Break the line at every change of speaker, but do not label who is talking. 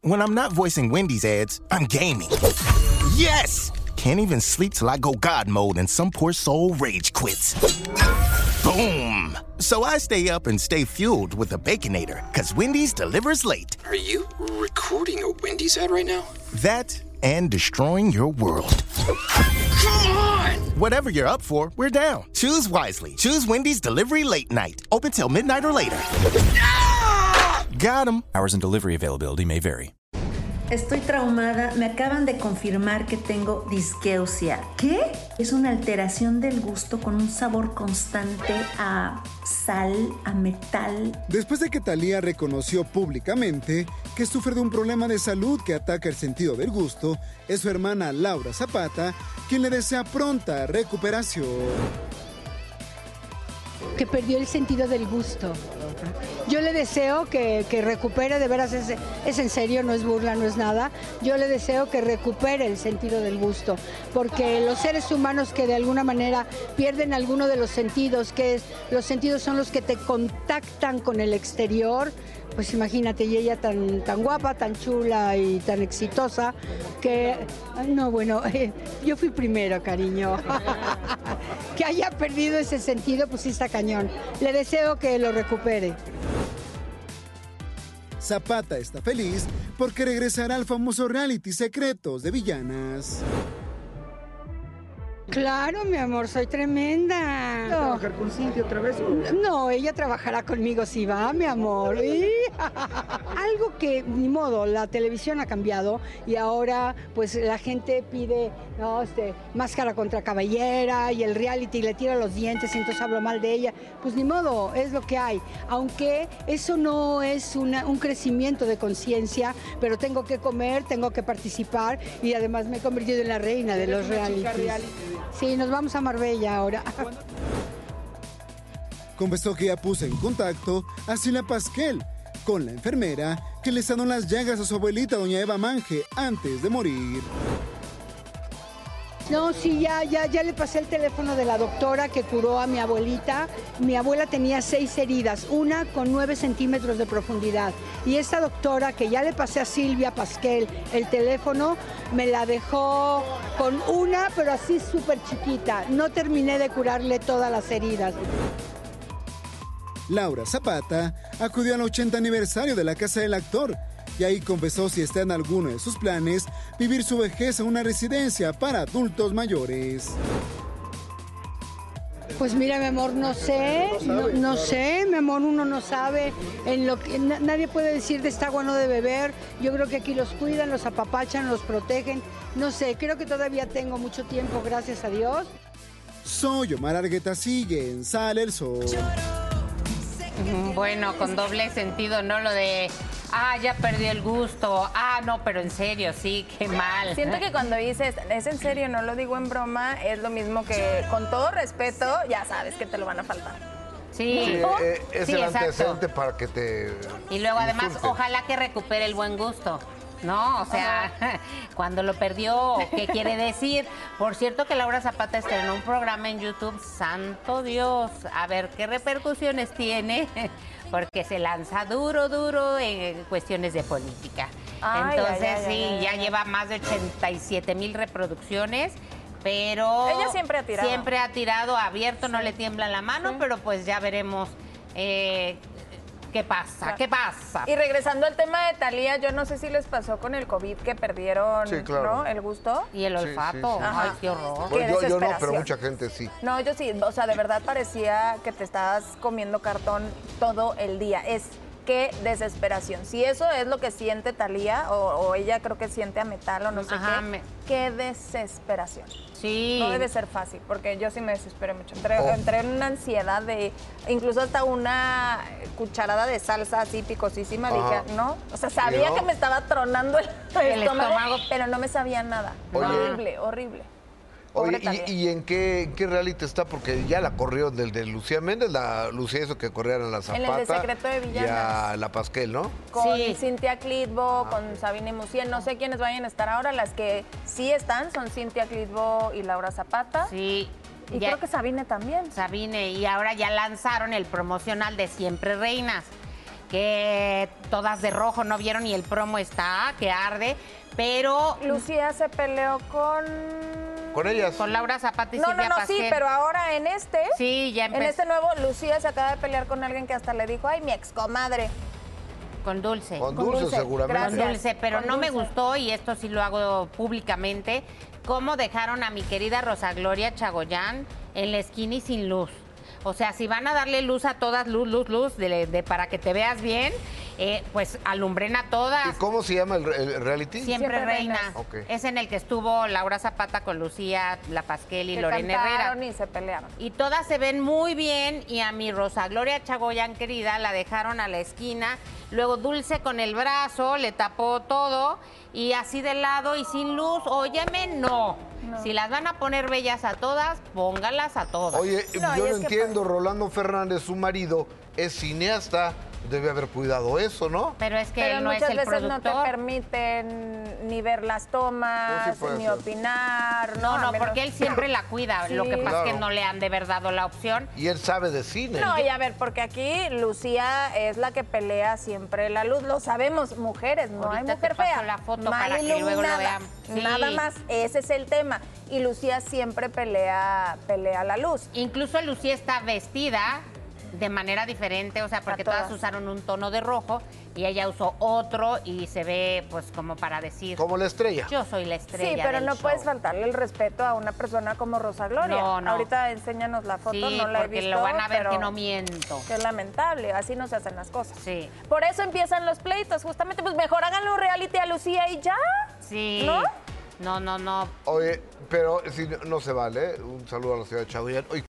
When I'm not voicing Wendy's ads, I'm gaming. Yes! Can't even sleep till I go God mode and some poor soul rage quits. Boom! So I stay up and stay fueled with the Baconator, because Wendy's delivers late.
Are you recording a Wendy's ad right now?
That and destroying your world.
Come on!
Whatever you're up for, we're down. Choose wisely. Choose Wendy's delivery late night. Open till midnight or later. Ah! Got 'em.
Hours and delivery availability may vary.
Estoy traumada, me acaban de confirmar que tengo disqueusia. ¿Qué? Es una alteración del gusto con un sabor constante a sal, a metal.
Después de que Thalía reconoció públicamente que sufre de un problema de salud que ataca el sentido del gusto, es su hermana Laura Zapata quien le desea pronta recuperación.
que perdió el sentido del gusto. Yo le deseo que, que recupere, de veras es, es en serio, no es burla, no es nada. Yo le deseo que recupere el sentido del gusto, porque los seres humanos que de alguna manera pierden alguno de los sentidos, que es, los sentidos son los que te contactan con el exterior, pues imagínate, y ella tan, tan guapa, tan chula y tan exitosa, que, ay, no, bueno, yo fui primero, cariño. que haya perdido ese sentido, pues sí está cañón. Le deseo que lo recupere.
Zapata está feliz porque regresará al famoso reality Secretos de Villanas.
Claro, mi amor, soy tremenda. ¿Trabajar con Cintia otra vez? No, ella trabajará conmigo si va, mi amor. Y- Algo que, ni modo, la televisión ha cambiado y ahora pues la gente pide no, este, máscara contra cabellera y el reality le tira los dientes y entonces hablo mal de ella. Pues ni modo, es lo que hay. Aunque eso no es una- un crecimiento de conciencia, pero tengo que comer, tengo que participar y además me he convertido en la reina de los realities. Sí, nos vamos a Marbella ahora.
Confesó que ya puso en contacto a Sila Pasquel con la enfermera que le sanó las llagas a su abuelita doña Eva Mange antes de morir.
No, sí, ya, ya, ya le pasé el teléfono de la doctora que curó a mi abuelita. Mi abuela tenía seis heridas, una con nueve centímetros de profundidad. Y esta doctora que ya le pasé a Silvia Pasquel el teléfono, me la dejó con una, pero así súper chiquita. No terminé de curarle todas las heridas.
Laura Zapata acudió al 80 aniversario de la casa del actor y ahí confesó si está en alguno de sus planes vivir su vejez en una residencia para adultos mayores.
Pues mira, mi amor, no sé, no, no sé, mi amor, uno no sabe. En lo que, na- nadie puede decir de esta agua no de beber. Yo creo que aquí los cuidan, los apapachan, los protegen. No sé, creo que todavía tengo mucho tiempo, gracias a Dios.
Soy Omar Argueta, sigue en Sale el Sol.
Bueno, con doble sentido, ¿no? Lo de, ah, ya perdió el gusto, ah, no, pero en serio, sí, qué mal.
Siento que cuando dices, es en serio, no lo digo en broma, es lo mismo que con todo respeto, ya sabes que te lo van a faltar.
Sí,
Sí, eh, es
sí,
el
exacto.
antecedente para que te.
Y luego además,
insulten.
ojalá que recupere el buen gusto. No, o sea, cuando lo perdió, ¿qué quiere decir? Por cierto que Laura Zapata estrenó un programa en YouTube, santo Dios, a ver qué repercusiones tiene, porque se lanza duro, duro en cuestiones de política.
Ay,
Entonces,
ay, ay,
sí,
ay, ay,
ya
ay.
lleva más de 87 mil reproducciones, pero...
Ella siempre ha tirado.
Siempre ha tirado abierto, no le tiembla la mano, pero pues ya veremos eh, qué pasa, qué pasa.
Y regresando al tema de Talía, yo no sé si les pasó con el COVID que perdieron
Sí, claro.
¿no? el gusto.
Y el
Sí, sí,
olfato,
sí.
ay,
Ajá.
qué horror.
Qué
Bueno, yo, yo no, pero
desesperación.
mucha gente sí.
No, yo sí, o sea, de verdad parecía que te estabas comiendo cartón todo el día. Es qué desesperación. Si eso es lo que siente Talía o, o ella creo que siente a metal o no sé
Ajá,
qué,
me-
qué desesperación.
Sí.
No debe ser fácil, porque yo sí me desesperé mucho. Entré,
Oh.
entré en una ansiedad de incluso hasta una cucharada de salsa así picosísima.
Ajá.
Dije, no, o sea, sabía
no?
que me estaba tronando el,
El
estómago,
estómago.
pero no me sabía nada.
Oye.
Horrible, horrible. Pobre
Oye,
Thalía.
¿y, y en qué, en qué reality está? Porque ya la corrieron del de Lucía Méndez, la Lucía hizo que corrieran la
el
Zapata.
de Secreto de
Y a
Villanas.
la Pasquel, ¿no?
con
Sí. Ah,
Cintia Clitbo, con Sabine Musiel, no sé quiénes vayan a estar ahora, las que sí están son Cintia Clitbo y Laura Zapata.
Sí.
Y
ya-
creo que Sabine también.
Sabine, y ahora ya lanzaron el promocional de Siempre Reinas. que todas de rojo no vieron y el promo está, que arde, pero
Lucía se peleó con.
Con ellas.
con Laura Zapata y
No, no,
Silvia
no, sí,
Pasquel.
pero ahora en este.
Sí, pues. ya
En
empezó.
este nuevo, Lucía se acaba de pelear con alguien que hasta le dijo, ay, mi ex comadre.
Con dulce.
Con dulce,
dulce,
seguramente.
Con
gracias.
dulce, eh, pero
Con
no me
dulce.
gustó y esto sí lo hago públicamente. Cómo dejaron a mi querida Rosa Gloria Chagoyán en la esquina y sin luz. O sea, si van a darle luz a todas, luz, luz, luz, de, de- para que te veas bien, eh, pues alumbren a
¿Y
todas.
cómo se llama el, re- el reality?
Siempre,
Siempre
reina.
reinas.
Ok.
Es en el que estuvo Laura Zapata con Lucía, La Pasquel y
que
Lorena Herrera.
cantaron y se pelearon.
Y todas se ven muy bien y a mi Rosa Gloria Chagoyán querida la dejaron a la esquina. Luego Dulce con el brazo le tapó todo y así de lado y sin luz. Óyeme, no. Si las van a poner bellas a todas, póngalas a todas.
Oye, yo
No, y
no
es que pues,
entiendo, Rolando Fernández, su marido, es cineasta, debe haber cuidado eso, ¿no?
pero es que
Pero
él no es
muchas
el
veces
productor.
no te permiten ni ver las tomas,
Pues sí puede
ni
ser.
opinar.
no,
a
no,
menos-
porque él siempre la cuida. Lo que
Sí.
pasa es que
Claro.
no le han de haber dado la opción.
Y él sabe de cine.
No, y a ver, porque aquí Lucía es la que pelea siempre la luz. Lo sabemos, mujeres, no
Ahorita
hay mujer
te paso
fea.
la foto
mal
para que luego lo
iluminada,
vean. Sí.
Nada más, ese es el tema. Y Lucía siempre pelea, pelea la luz.
Incluso Lucía está vestida de manera diferente, o sea, porque todas.
todas.
usaron un tono de rojo y ella usó otro y se ve pues como para decir,
Como la estrella.
yo soy la estrella.
sí, pero
del
no
show".
puedes faltarle el respeto a una persona como Rosa Gloria.
No, no.
Ahorita enséñanos la foto,
Sí,
no la he
porque
visto.
lo van a ver que
pero
no miento.
Qué lamentable, así no se hacen las cosas.
Sí.
Por eso empiezan los pleitos, justamente, pues mejor háganle un reality a Lucía y ya.
Sí.
¿No?
No, no, no,
Oye, pero si no, no se vale. ¿eh? Un saludo a la ciudad de Chagoyán. Oye,